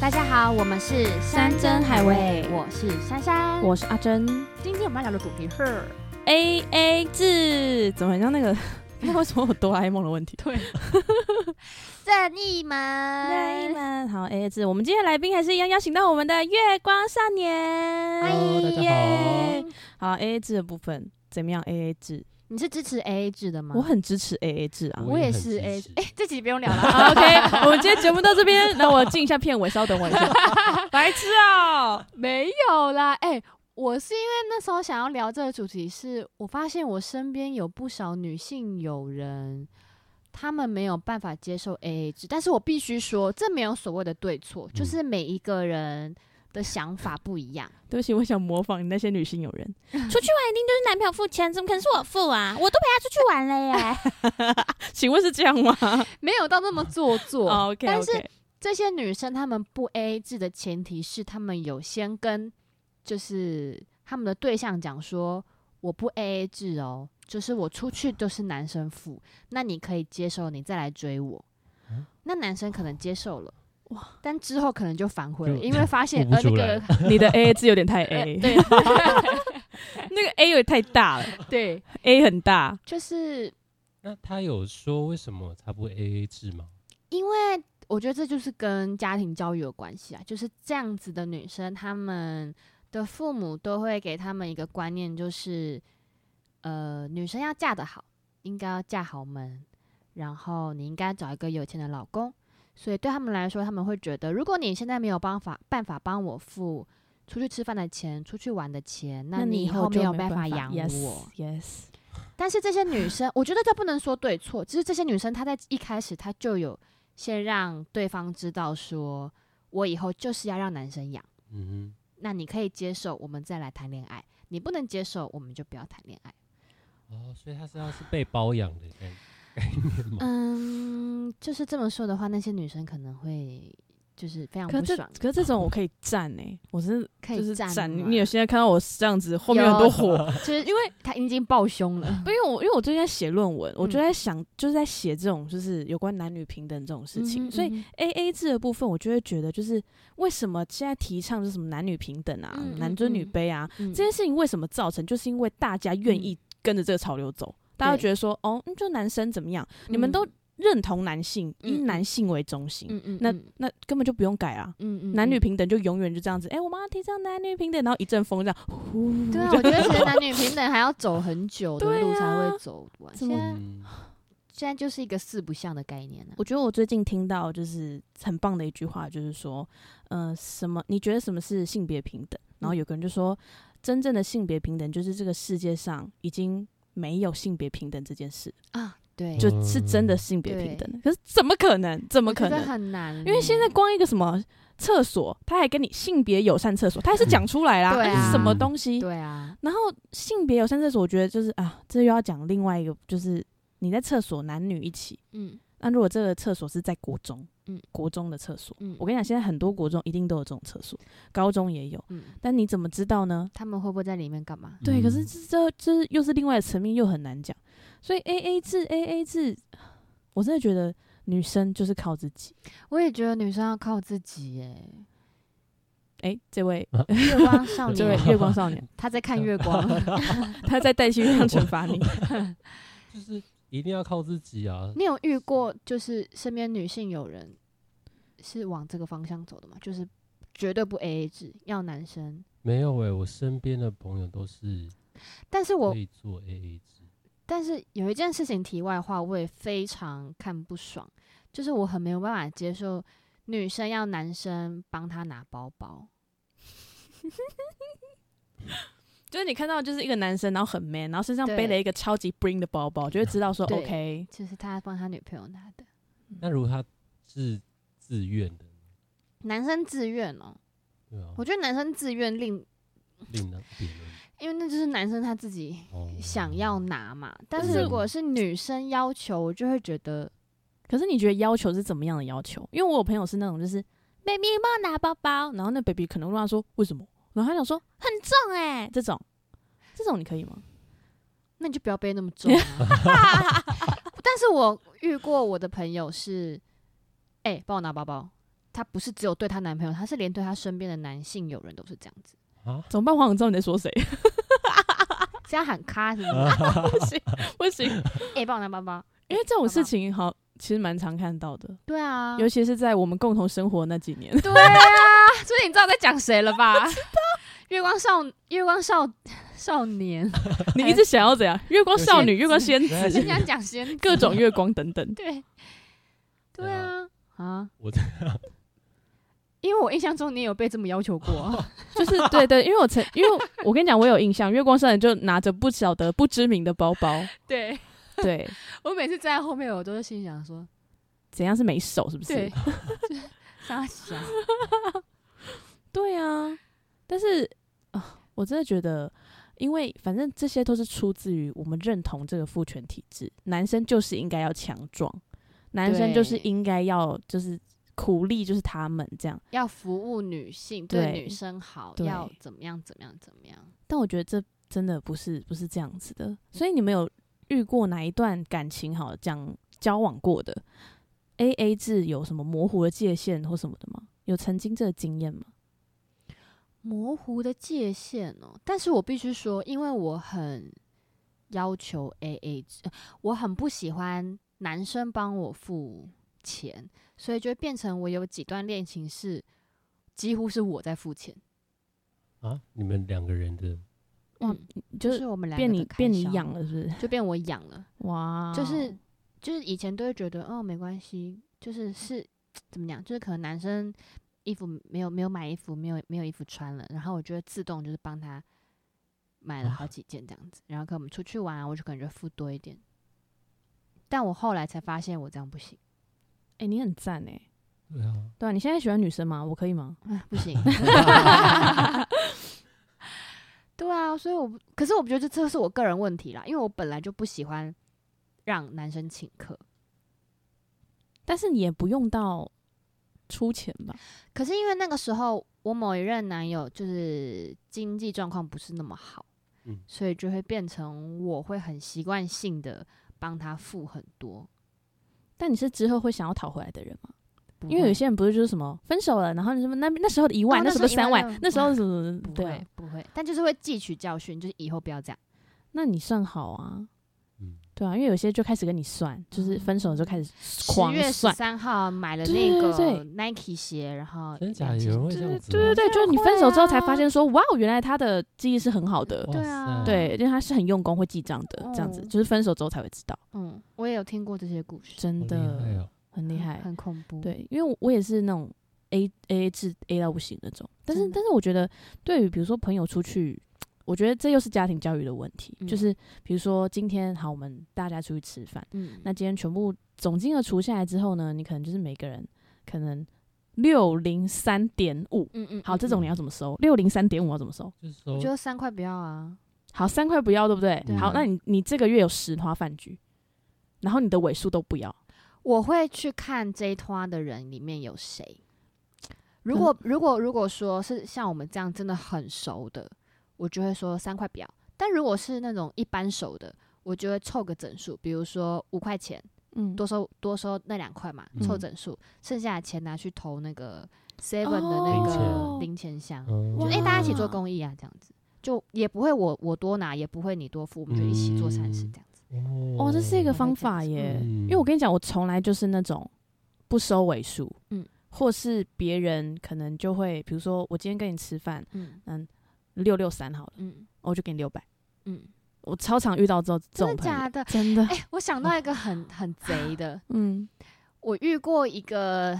大家好，我们是山珍海味我是珊珊。我是阿珍今天我们要聊的主题是， ，A A 制，怎么很像 那个？因为说我哆啦 A 梦的问题。对，正义哆啦 A 门。梦好 A A 制。我们今天来宾还是一样邀请到我们的月光少年。欢迎 Hello，大家好耶。好 A A 制的部分怎么样？A A 制，你是支持 AA 制的吗？我很支持 A A 制啊。我也是我也 AA 很制支。哎、这集不用聊 了。好 OK，我们今天节目到这边， 那我进一下片尾，稍等我 一下。白痴啊、哦没有啦，哎、我是因为那时候想要聊这个主题是，我发现我身边有不少女性友人，她们没有办法接受 AA 制，但是我必须说，这没有所谓的对错，就是每一个人的想法不一样。对不起，我想模仿你那些女性友人。出去玩一定就是男朋友付钱，怎么可能是我付啊？我都陪他出去玩了耶。 请问是这样 吗哦没有到那么做 作。 o k 但是 OK，这些女生她们不 A A 制的前提是，她们有先跟就是他们的对象讲说，我不 A A 制哦，就是我出去都是男生付，那你可以接受，你再来追我。嗯那男生可能接受了，哇但之后可能就反悔了，就因为发现悟不呃那出来个 你的 A A 制有点 太呃 A，对 那个 A 有点太大了对， ，A 很大。就是那他有说为什么他不 A A 制吗？因为我觉得这就是跟家庭教育有关系啊，就是这样子的女生，她们的父母都会给她们一个观念，就是呃，女生要嫁得好，应该要嫁豪门，然后你应该找一个有钱的老公。所以对他们来说，他们会觉得，如果你现在没有办法办法帮我付出去吃饭的钱、出去玩的钱，那你以后没有办法养我。 Yes，但是这些女生，我觉得这不能说对错，只是这些女生她在一开始她就有先让对方知道说，我以后就是要让男生养，嗯那你可以接受，我们再来谈恋爱；你不能接受，我们就不要谈恋爱。哼，哦，所以他是要是被包养的概概念吗？嗯，就是这么说的话，那些女生可能会就是非常可不是这爽，可是这种我可以站哎、我真的可就是以站。吗 你有现在看到我这样子，后面很多火，就是因为她已经抱胸了， 不因为我因为我最近在写论文，我就嗯在想，就是在写这种就是有关男女平等这种事情，所以嗯哼嗯哼 A A 制的部分，我就会觉得就是为什么现在提倡就是什么男女平等啊、嗯嗯男尊女卑啊、嗯这件事情，为什么造成？就是因为大家愿意跟着这个潮流走，大家会对觉得说哦，嗯就男生怎么样，你们都嗯认同男性，以嗯嗯男性为中心，嗯嗯那嗯那根本就不用改啊。嗯嗯男女嗯平等就永远就这样子，哎、我们要提倡男女平等，然后一阵风这样， 呼对啊，我觉得 其实男女平等还要走很久的对路才啊会走完。怎现么在嗯，现在就是一个四不像的概念啊了、我觉得我最近听到就是很棒的一句话，就是说，呃，什么？你觉得什么是性别平等？然后有个人就说，真正的性别平等就是这个世界上已经没有性别平等这件事，啊。对，嗯就是真的性别平等。可是怎么可能？怎么我觉可得能？很难欸呢？因为现在光一个什么厕所，他还跟你性别友善厕所，他还是讲出来啦，对那啊是什么东西？对啊，然后性别友善厕所，我觉得就是啊，这又要讲另外一个，就是你在厕所男女一起，嗯那如果这个厕所是在国中，嗯嗯，国中的厕所，嗯我跟你讲，现在很多国中一定都有这种厕所，高中也有，嗯，但你怎么知道呢？他们会不会在里面干嘛？对，嗯可是这这这又是另外的层面，又很难讲。所以 A A 制 A A 制，我真的觉得女生就是靠自己。我也觉得女生要靠自己耶、 哎、这位月光少这位年，月光少年， 他在看月 光，他在带薪上惩 罚你。就是一定要靠自己啊。你有遇过就是身边女性友人是往这个方向走的吗？就是绝对不 A A 制，要男生。没有哎、我身边的朋友都是但是我嗯可以做 A A 制。但是有一件事情，题外话，我也非常看不爽，就是我很没有办法接受女生要男生帮她拿包包。就是你看到就是一个男生，然后很 man，然后身上对背了一个超级 bring 的包包，就会知道说对 OK，就是他帮他女朋友拿的，那如果他是自愿的，男生自愿哦、对啊，我觉得男生自愿令，另当别论。因为那就是男生他自己哦， 想要拿嘛。但但是是如果是女生要求，我就会觉得，可是你觉得要求是怎么样的要求？因为我有朋友是那种就是 baby 帮我拿包包，然后那 baby 可能问他说为什么，然后他想说很重哎、这种这种你可以吗？那你就不要背那么重、啊。但是我遇过我的朋友是，哎、帮我拿包包，她不是只有对她男朋友，她是连对她身边的男性友人都是这样子，啊，怎么办？我好像知道你在说 谁，是要喊咔是不是？不行，哎、帮我拿包包。因为这种事情好，其实蛮常看到的，对啊，嗯尤其是在我们共同生活那几 年。对啊，所以你知道我在讲谁了吧？月光少月光少少年，你一直想要怎样？月光少女、 有些月光仙原来子是人，家讲先各种月光等等。对对对啊啊！我这因为我印象中你也有被这么要求过啊、就是对对，因为我曾因为我跟你讲，我有印象，月光少女就拿着不晓得不知名的包包，对对，我每次站在后面，我都是心想说，怎样是没手是不是？对，傻小，对啊，但是啊，我真的觉得，因为反正这些都是出自于我们认同这个父权体制，男生就是应该要强壮，男生就是对应该要就是苦力，就是他们这样。要服务女性，对对女生好，对要怎么样怎么样怎么样。但我觉得这真的不是不是这样子的。所以你们有遇过哪一段感情好讲交往过的 A A 制有什么模糊的界限或什么的吗？有曾经这个经验吗？模糊的界限哦。但是我必须说，因为我很要求 A A 制，呃我很不喜欢男生帮我付钱，所以就变成我有几段恋情是几乎是我在付钱，啊，你们两个人的哇嗯，就就是是我们两个变你的开变你销养，了是不 是？就变我养了，哇哦，就是就是以前都会觉得哦没关系，就是是怎么讲，就是可能男生。衣服没有没有买衣服没有没有衣服穿了，然后我就会自动就是帮他买了啊好几件这样子，然后可能我们出去玩啊，我就可能就付多一点。但我后来才发现我这样不行，哎、你很赞哎、对啊，对啊，你现在喜欢女生吗？我可以吗？哎，不行。 对啊，所以我不可是我觉得这是我个人问题啦，因为我本来就不喜欢让男生请客，但是你也不用到出钱吧？可是因为那个时候我某一任男友就是经济状况不是那么好，嗯所以就会变成我会很习惯性的帮他付很多，但你是之后会想要讨回来的人吗？不因为有会些人不是就是什么分手了，然后你什么那那时候的一万，哦那那时时候候一万那三万，那时候什么什么不对啊会不会，但就是会汲取教训，就是以后不要这样。那你算好啊，嗯，对啊，因为有些就开始跟你算，就是分手就开始哦十狂月十算，三号买了对那对个 Nike 鞋，然后真假两的千有人会对这对样子对对哦？对，就是你会分手之后才啊发现说，哇，哦原来他的记忆是很好的，对哇啊塞对，因为他是很用功会记账的，这样子哦就是分手之后才会知道，嗯，我也有听过这些故事，真好厉害的哦，很厉害，很恐怖。，对，因为我我也是那种 A A A 制 A 到不行那种，但是真的但是我觉得，对于比如说朋友出去，我觉得这又是家庭教育的问题，嗯就是比如说今天好，我们大家出去吃饭，嗯，那今天全部总金额除下来之后呢，你可能就是每个人可能六零三点五，嗯嗯，好，嗯这种你要怎么收？六零三点五要怎么收？就是我说觉得三块不要啊，好，三块不要，对不对？对好啊，那你你这个月有十花饭局，然后你的尾数都不要，我会去看这一团的人里面有谁。如可果嗯如果如果说是像我们这样真的很熟的，我就会说三块表；但如果是那种一般熟的，我就会凑个整数，比如说五块钱，嗯多收多收那两块嘛，凑嗯整数，剩下的钱拿去投那个 seven 的零那个钱零钱箱，嗯就哇哎、诶大家一起做公益啊，这样子就也不会我我多拿，也不会你多付，我们就一起做善事嗯这样子。哦，这是一个我会方这样法子耶，嗯因为我跟你讲，我从来就是那种不收尾数，嗯嗯，或是别人可能就会，比如说我今天跟你吃饭，嗯嗯，六六三好了，嗯我就给你六百，嗯，我超常遇到这种这真种的朋友假的？真的，哎、我想到一个很很贼的，嗯，我遇过一个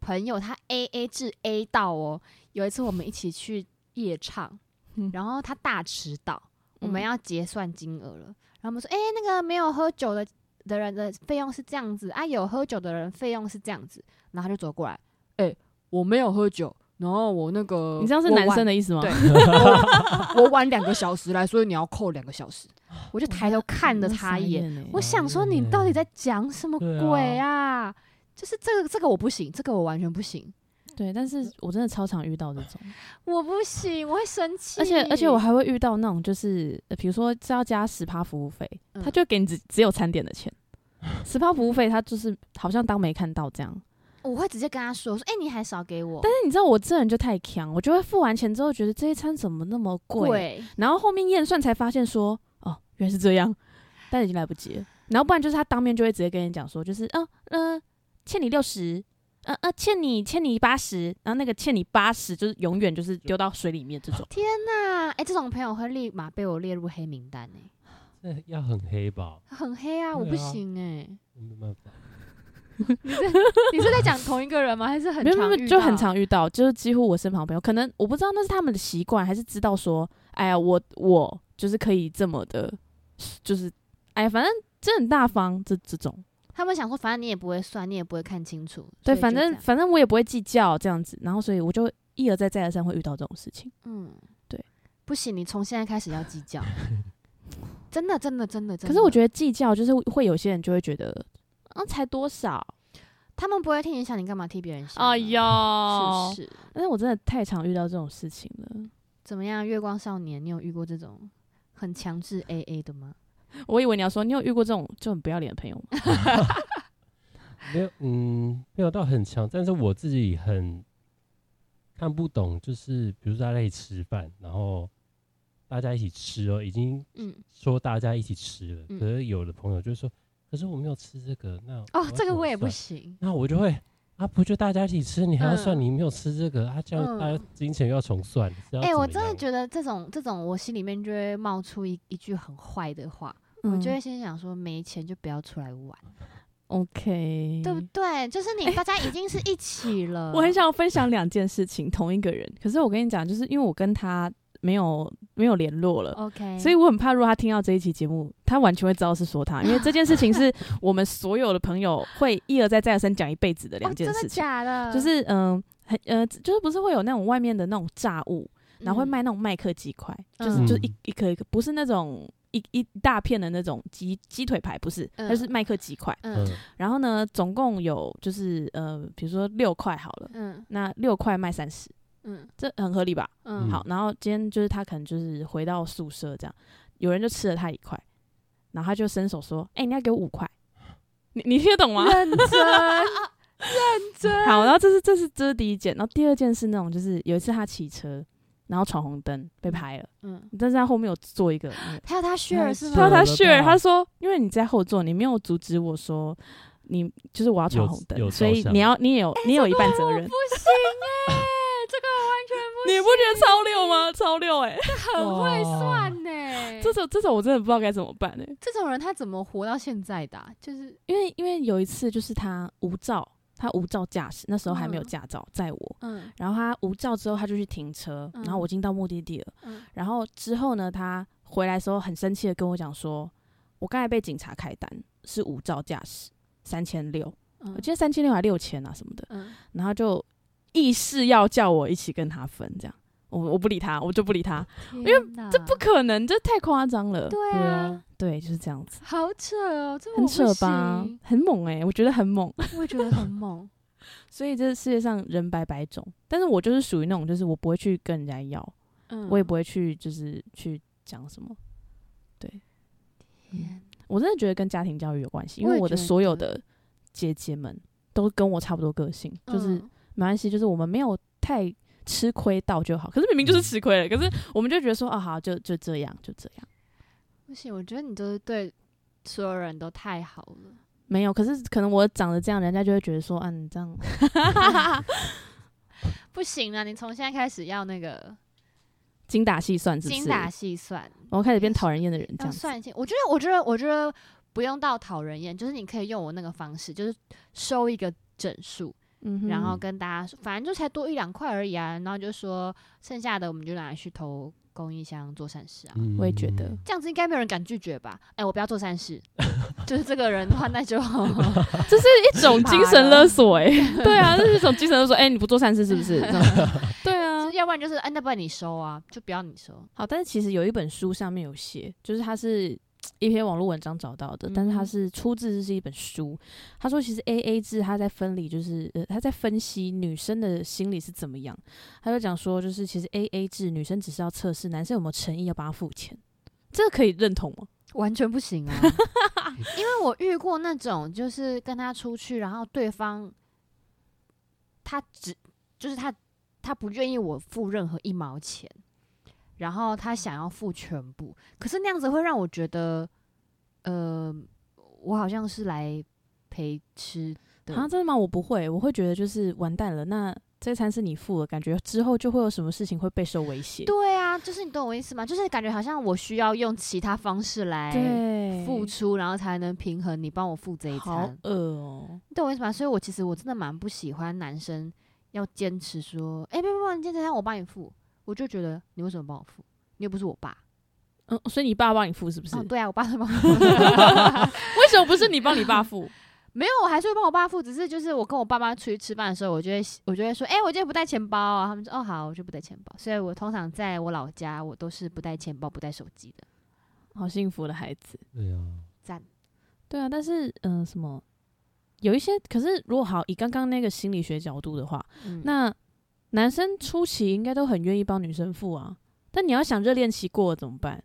朋友，他 A A 至 A 到哦。有一次我们一起去夜唱，嗯然后他大迟到，我们嗯要结算金额了。然后我们说，哎、那个没有喝酒的的人的费用是这样子啊，有喝酒的人费用是这样子。然后他就走过来，哎、我没有喝酒，然后我那个你这样是男生的意思吗？对 我晚，我晚两个小时来，所以你要扣两个小时。我就抬头看了他一眼，眼欸我想说你到底在讲什么哦对啊鬼啊？就是这个这个我不行，这个我完全不行，对，但是我真的超常遇到这种，我不行，我会生气。而且而且我还会遇到那种就是，呃比如说是要加十趴服务费，嗯 他就给你只只有餐点的钱，十趴服务费他就是好像当没看到这样。我会直接跟他说，我说哎、你还少给我，但是你知道我这人就太强，我就会付完钱之后觉得这一餐怎么那么贵，贵，然后后面验算才发现说，哦，原来是这样，但已经来不及了。然后不然就是他当面就会直接跟你讲说，就是啊，呃，欠你六十，呃呃，欠你欠你八十，然后那个欠你八十就是永远就是丢到水里面这种。天哪，哎、这种朋友会立马被我列入黑名单哎、这要很黑吧？很黑啊，我不对啊行哎、我没办法，你是你是在讲同一个人吗？还是很没有没有常遇没有，就很到常遇到，就是几乎我身旁朋友，可能我不知道那是他们的习惯，还是知道说，哎呀，我我就是可以这么的，就是哎呀，反正这很大方，这这种。他们想说，反正你也不会算，你也不会看清楚。所对，以就反这正样反正我也不会计较这样子，然后所以我就一而再再而三会遇到这种事情。嗯，对，不行，你从现在开始要计 较。真的，真的，真的，真可是我得觉得计较就是会有些人就会觉得，啊，才多少？他们不会替你想，你干嘛替别人想呢？啊哎呦，是不是？但是我真的太常遇到这种事情了。怎么样？月光少年，你有遇过这种很强制 AA 的吗？我以为你要说你有遇过这种就很不要脸的朋友吗？没有，嗯，没有到很强，但是我自己很看不懂，就是比如说在一起吃饭，然后大家一起吃哦，已经嗯，说大家一起吃了，嗯可是有的朋友就说，可是我没有吃这个，那哦，这个我也不行。行。那我就会啊，不就大家一起吃，你还要算嗯你没有吃这个，啊，这样大嗯家金钱又要重算。哎哎、我真啊的觉得这种这种，我心里面就会冒出一一句很坏的话， 嗯我就会心想说，没钱就不要出来玩。 OK，对不对？就是你大家已经是一起 了，我很想要分享两件事情，同一个人。可是我跟你讲，就是因为我跟他没有没有联络了。 OK，哦所以我很怕，如果他听到这一期节目，他完全会知道是说他，因为这件事情是 我们所有的朋友会一而再再而三讲一辈子的两件哦、真事的情，假的？就是嗯，很呃，就是不是会有那种外面的那种炸物，然后会嗯卖那种麦克鸡块，嗯就是就是一嗯一颗一颗，不是那种一一大片的那种鸡鸡腿排，不是，嗯它就是麦克鸡块。嗯嗯然后呢，总共有就是呃，比如说六块好了，嗯那六块卖三十，嗯这很合理吧？嗯，好，然后今天就是他可能就是回到宿舍这样，有人就吃了他一块，然后他就伸手说：“哎、你要给我五块。”你你听得懂吗？认真 好，然后这是这是这是第一件，然后第二件是那种就是有一次他骑车，然后闯红灯被拍了， 嗯，但是他后面有做一个那个，还有他 share 是哎他吗？他了血，吧他说因为你在后座，你没有阻止我说你就是我要闯有红灯，有所照以相你要你也有、哎你有一半责任，不行哎、这个完全你不觉得超六吗？超六哎、很会算啊呢、这种这种我真的不知道该怎么办哎、这种人他怎么活到现在的啊、就是因为因为有一次就是他无照，他无照驾驶，那时候还没有嗯驾照，载我。嗯然后他无照之后，他就去停车，然后嗯我已经到目的地了。嗯然后之后呢，他回来的时候很生气的跟我讲说：“我刚才被警察开单，是无照驾驶，三千六，嗯，我记得三千六还六千啊什么的。嗯”然后就意识要叫我一起跟他分，这样我我不理他，我就不理他，因为这不可能，这太夸张了。啊对对啊啊，对，就是这样子，好扯哦，这我很不扯吧行？很猛哎、我觉得很猛。 我也觉得很猛。所以这世界上人百百种，但是我就是属于那种，就是我不会去跟人家要，嗯，我也不会去就是去讲什么。对天我真的觉得跟家庭教育有关系，因我为也我的觉所有得的姐姐们都跟我差不多个性，就是、嗯没关系，就是我们没有太吃亏到就好。可是明明就是吃亏了，可是我们就觉得说，哦好，就就这样，就这样。不行，我觉得你都是对所有人都太好了。没有，可是可能我长得这样，人家就会觉得说，啊，你这样 不行啊，你从现在开始要那个精打细算，是不是？精打细算，我开始变讨人厌的人，这要样子。算一些。我觉得，我觉得，我觉得不用到讨人厌，就是你可以用我那个方式，就是收一个整数，嗯哼然后嗯跟大家说，反正就才多一两块而已啊，然后就说剩下的我们就拿来去投公益箱做善事啊。嗯我也觉得这样子应该没有人敢拒绝吧？哎、我不要做善事，就是这个人的话，那就 这是一种精神勒索、哎，对啊，这是一种精神勒索，哎、你不做善事是 不是？这种对啊，要不然就是哎、那不然你收啊，就不要你收。好，但是其实有一本书上面有写，就是它是嘖一篇网络文章找到的，嗯但是它是出自是一本书。他说，其实 A A 制它在分离，就是呃，他在分析女生的心理是怎么样。他就讲说，就是其实 A A 制女生只是要测试男生有没有诚意要帮他付钱，这个可以认同吗？完全不 行啊！因为我遇过那种，就是跟他出去，然后对方他只就是他他不愿意我付任何一毛钱，然后他想要付全部，可是那样子会让我觉得，呃，我好像是来陪吃的啊，真的吗？我不会，我会觉得就是完蛋了。那这餐是你付了，感觉之后就会有什么事情会备受威胁。对啊，就是你懂我意思吗？就是感觉好像我需要用其他方式来对付出，然后才能平衡你帮我付这一好餐，饿哦。你懂我意思吗？所以我其实我真的蛮不喜欢男生要坚持说，哎、别别别，你今天这餐我帮你付，我就觉得你为什么帮我付？你又不是我爸。嗯，所以你爸帮你付是不是？哦，对啊，我爸是帮我为什么不是你帮你爸付？ 没有，我还是会帮我爸付，只是就是我跟我爸妈出去吃饭的时候，我就会我就会说，哎、我今天不带钱包啊。他们说，哦，好，我就不带钱包。所以我通常在我老家，我都是不带钱包、不带手机的。 好幸福的孩子。对啊，赞，对啊，但是嗯、呃什么有一些，可是如果好以刚刚那个心理学角度的话，嗯那男生初期应该都很愿意帮女生付啊。但你要想热恋期过了怎么办？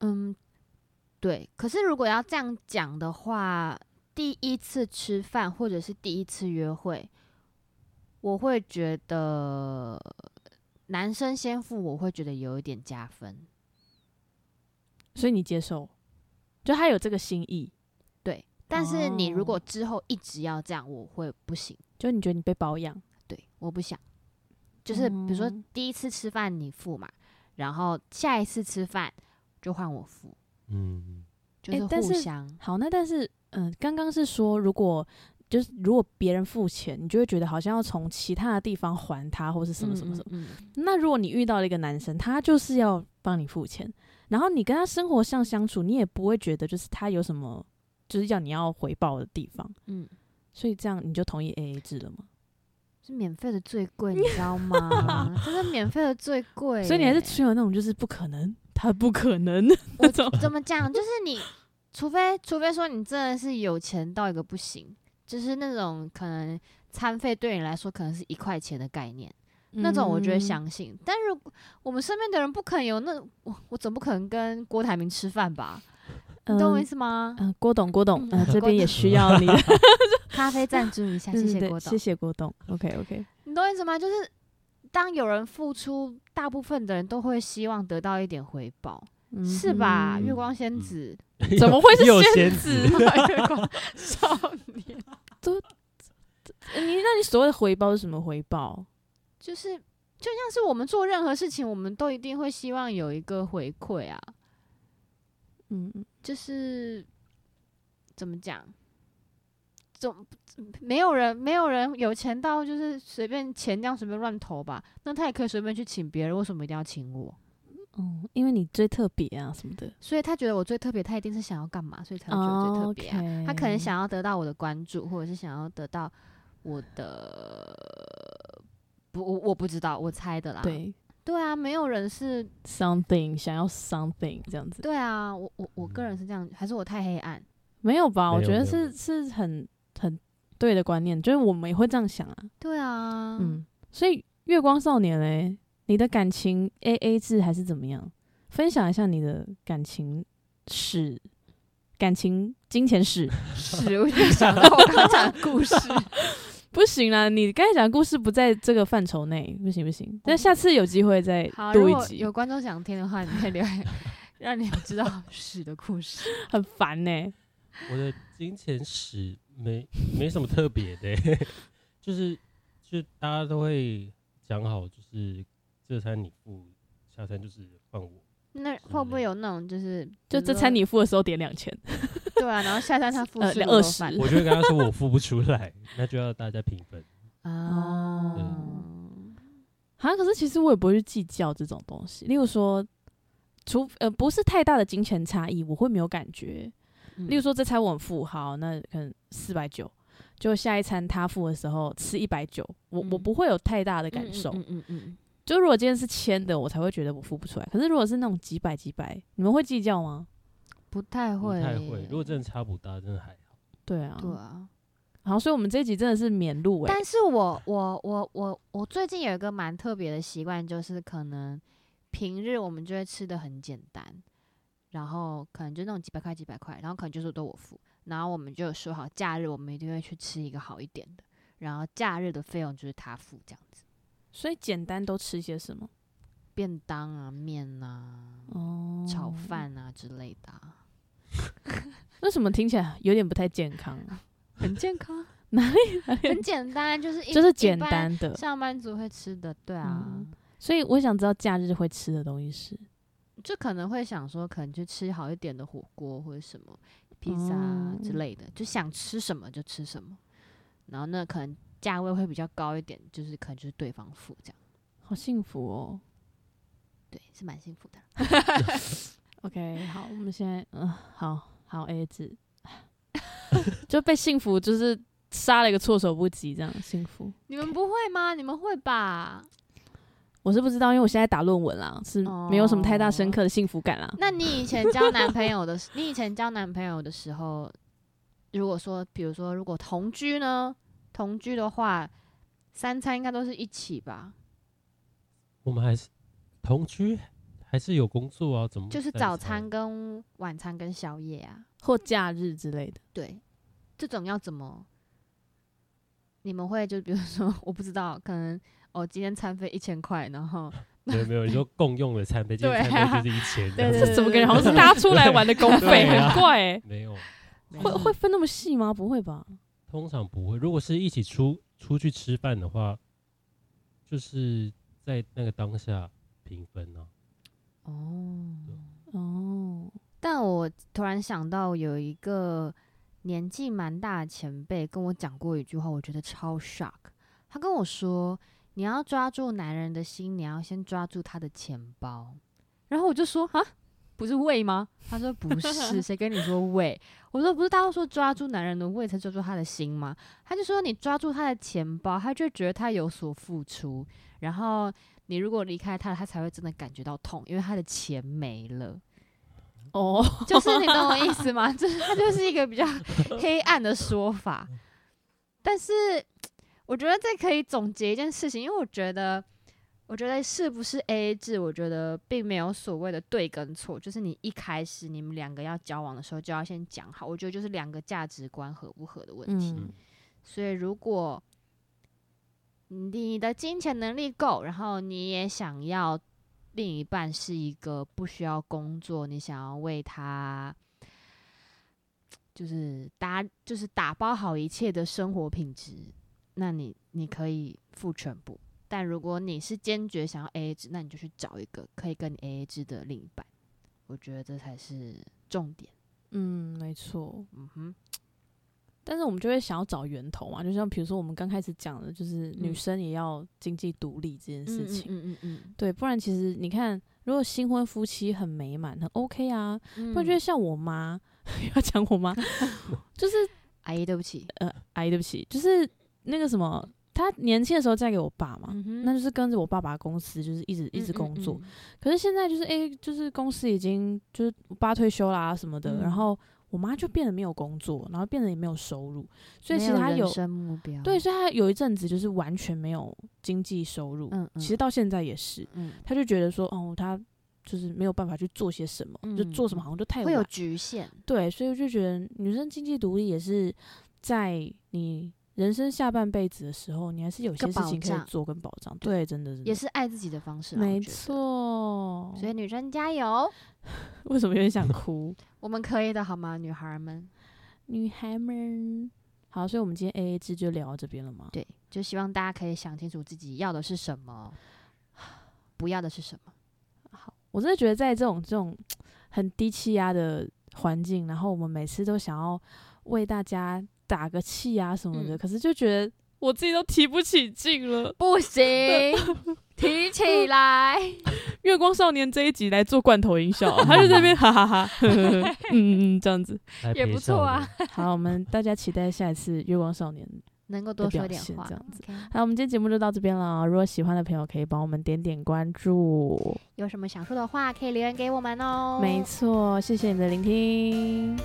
嗯，对。可是如果要这样讲的话，第一次吃饭或者是第一次约会，我会觉得男生先付，我会觉得有一点加分。所以你接受，就他有这个心意，对，但是你如果哦之后一直要这样，我会不行。就你觉得你被包养，对，我不想。就是比如说嗯第一次吃饭你付嘛，然后下一次吃饭就换我付，嗯，就诶是但互是相。好，那但是，嗯、刚刚是说，如果就是如果别人付钱，你就会觉得好像要从其他的地方还他，或是什么什么什么。嗯？嗯那如果你遇到了一个男生，他就是要帮你付钱，然后你跟他生活上相处，你也不会觉得就是他有什么就是要你要回报的地方，嗯，嗯所以这样你就同意 A A 制了吗？是免费的最贵，你知道吗？真的免费的最贵耶，所以你还是持有那种就是不可能，他不可能那种。怎么讲？就是你，除非除非说你真的是有钱到一个不行，就是那种可能餐费对你来说可能是一块钱的概念。 那种我觉得嗯相信。但如果我们身边的人不肯有那，我我总不可能跟郭台铭吃饭吧？你懂我意嗯思吗？嗯、郭董，郭董，呃，嗯这郭边也董需要你的，咖啡赞助一下， 谢 对对谢对郭谢董。谢郭董。OK，OK，你懂我意思吗？就是当有人付出，大部分的人都会希望得到一点回报，是吧？嗯月光仙嗯子，怎么会是 又仙仙子子？ 月光少年， 呃你那你所谓的回报是什么回报？就是就像是我们做任何事情，我们都一定会希望有一个回馈啊。嗯，就是怎么讲，总没有人没有人有钱到就是随便钱这样随便乱投吧？那他也可以随便去请别人，为什么一定要请我？哦，因为你最特别啊什么的，所以他觉得我最特别，他一定是想要干嘛，所以才会觉得我最特别、啊。他可能哦 OK 想要得到我的关注，或者是想要得到我的。不，我我不知道，我猜的啦。，对对啊，没有人是， something 想要 something 这样子，对啊，我我我嗯个人是这样，还是我太黑暗？没有吧？没我有觉得没有没是有是很很对的观念，就是我们也会这样想啊。对啊，嗯，所以月光少年嘞，你的感情 A A 制还是怎么样？分享一下你的感情史、感情金钱史。 是，我就想到我刚讲的故事。不行啦，你刚才讲的故事不在这个范畴内，不行不行。那下次有机会再好，录如一果集有，观众想听的话，你可以留言，让你们知道屎的故 事。很烦呢、我的金钱史没没什么特别的、就是就大家都会讲好，就是这餐你付，下餐就是换我。那会不会有那种就是，嗯就比如这说餐你付的时候点两千，对啊，然后下餐他付 呃出二十我就会跟他说我付不出来，那就要大家平分。啊对，嗯啊，可是其实我也不会去计较这种东西。例如说，除呃不是太大的金钱差异，我会没有感觉。例如嗯说这餐我很付，好，那可能四百九，就下一餐他付的时候吃一百九，我我嗯不会有太大的感嗯受。嗯嗯嗯就如果今天是签的，我才会觉得我付不出来。可是如果是那种几百几百，你们会计较吗？嗯，不太不会，太会，如果真的差不大，真的还好。对啊，对啊。好，所以我们这一集真的是免录欸诶、但是我我我我我最近有一个蛮特别的习惯，就是可能平日我们就会吃的很简单，然后可能就那种几百块几百块，然后可能就是都我付，然后我们就有说好假日我们一定会去吃一个好一点的，然后假日的费用就是他付这样子，所以简单都吃些什么？便当啊、面啊、哦炒。饭啊之类的啊、为什么听起来有点不太健康啊？很健康，哪里很简单，就是一 就是一简般单的，上班族会吃的，对啊，嗯所以我想知道假日会吃的东西是就可能会想说，可能就吃好一点的火锅或者什么披萨啊之哦类的，就想吃什么就吃什么，然后那可能价位会比较高一点，就是可能就是对方付这样，好幸福哦。对，是蛮幸福的。 OK，好，我们现在嗯、好好 A 字，就被幸福就是杀了一个措手不及，这样幸福。你们不会吗？你们会吧？我是不知道，因为我现在打论文啦，是没有什么太大深刻的幸福感啦。那你以前交男朋友的时，你以前交男朋友的时候，如果说，比如说，如果同居呢？同居的话，三餐应该都是一起吧？我们还是同居，还是有工作啊？怎么就是三早餐跟晚餐跟宵夜啊。或假日之类 的，对，这种要怎么？你们会就比如说， 我不知道，可能哦，今天餐费一千块，然后没有没有，你说共用 的餐费，今天对餐啊费就是一千，对对这怎么感觉好像是大家出来玩的公费，对啊很怪欸没有， 会会分那么细吗？不会吧？通常不会。如果是一起出出去吃饭的话，就是在那个当下平分啊。哦。哦，但我突然想到，有一个年纪蛮大的前辈跟我讲过一句话，我觉得超 shock。他跟我说：“你要抓住男人的心，你要先抓住他的钱包。”然后我就说：“啊，不是胃吗？”他说：“不是，谁跟你说胃？”我说：“不是，大家都说抓住男人的胃才抓住他的心吗？”他就说：“你抓住他的钱包，他就会觉得他有所付出，然后你如果离开他，他才会真的感觉到痛，因为他的钱没了。”哦， 就是你懂我意思吗？ 就是它就是一个比较黑暗的说法，但是我觉得这可以总结一件事情，因为我觉得，我觉得是不是 A A 制，我觉得并没有所谓的对跟错，就是你一开始你们两个要交往的时候就要先讲好，我觉得就是两个价值观合不合的问题。嗯，所以如果你的金钱能力够，然后你也想要另一半是一个不需要工作，你想要为他就是打就是打包好一切的生活品质，那你你可以付全部。但如果你是坚决想要 AA 制，那你就去找一个可以跟你 AA 制的另一半，我觉得这才是重点。嗯，没错。嗯哼，但是我们就会想要找源头嘛，就像比如说我们刚开始讲的，就是女嗯生也要经济独立这件事情。嗯嗯对，不然其实你看，如果新婚夫妻很美满，很 OK 啊。嗯不然就是像我妈， 要讲 我妈，就是阿姨，对不起，呃，阿姨，对不起，就是那个什么，她年轻的时候嫁给我爸嘛，嗯哼那就是跟着我爸爸公司，就是一直一直工作。嗯嗯嗯可是现在就是诶，就是公司已经就是我爸退休啦、什么的，嗯然后我妈就变得没有工作，然后变得也没有收入，所以没其实她人有生目标，对，所以她有一阵子就是完全没有经济收入，嗯嗯其实到现在也是，嗯，他就觉得说，哦，他就是没有办法去做些什么，就嗯做什么好像就太会有晚。局限，对，所以我就觉得女生经济独立也是在你人生下半辈子的时候，你还是有个些事保情可以障做跟保障。对，真的真的也是爱自己的方式啦，啊没我觉得。错。所以女生加油， 为什么有点想 哭？我们可以的，好吗，女孩儿们？女孩们，好，所以我们今天 A A 制就聊到这边了吗？对，就希望大家可以想清楚自己要的是什么， 不要的是什么。好，我真的觉得在这种这种很低气压的环境，然后我们每次都想要为大家打个气啊什么的，嗯可是就觉得我自己都提不起劲了。不行， 提起来，月光少年这一集来做罐头音效 啊、他就在那边哈哈 哈呵呵呵， 嗯嗯这样子。来也陪不错上啊我。好，我们大家期待下一次月光少年。能够多的说表点现话，这样子 OK 好，我们今天节目就到这边了啊。如果喜欢的朋友，可以帮我们点点关注。有什么想说的话，可以留言给我们哦。没错，谢谢你的聆听。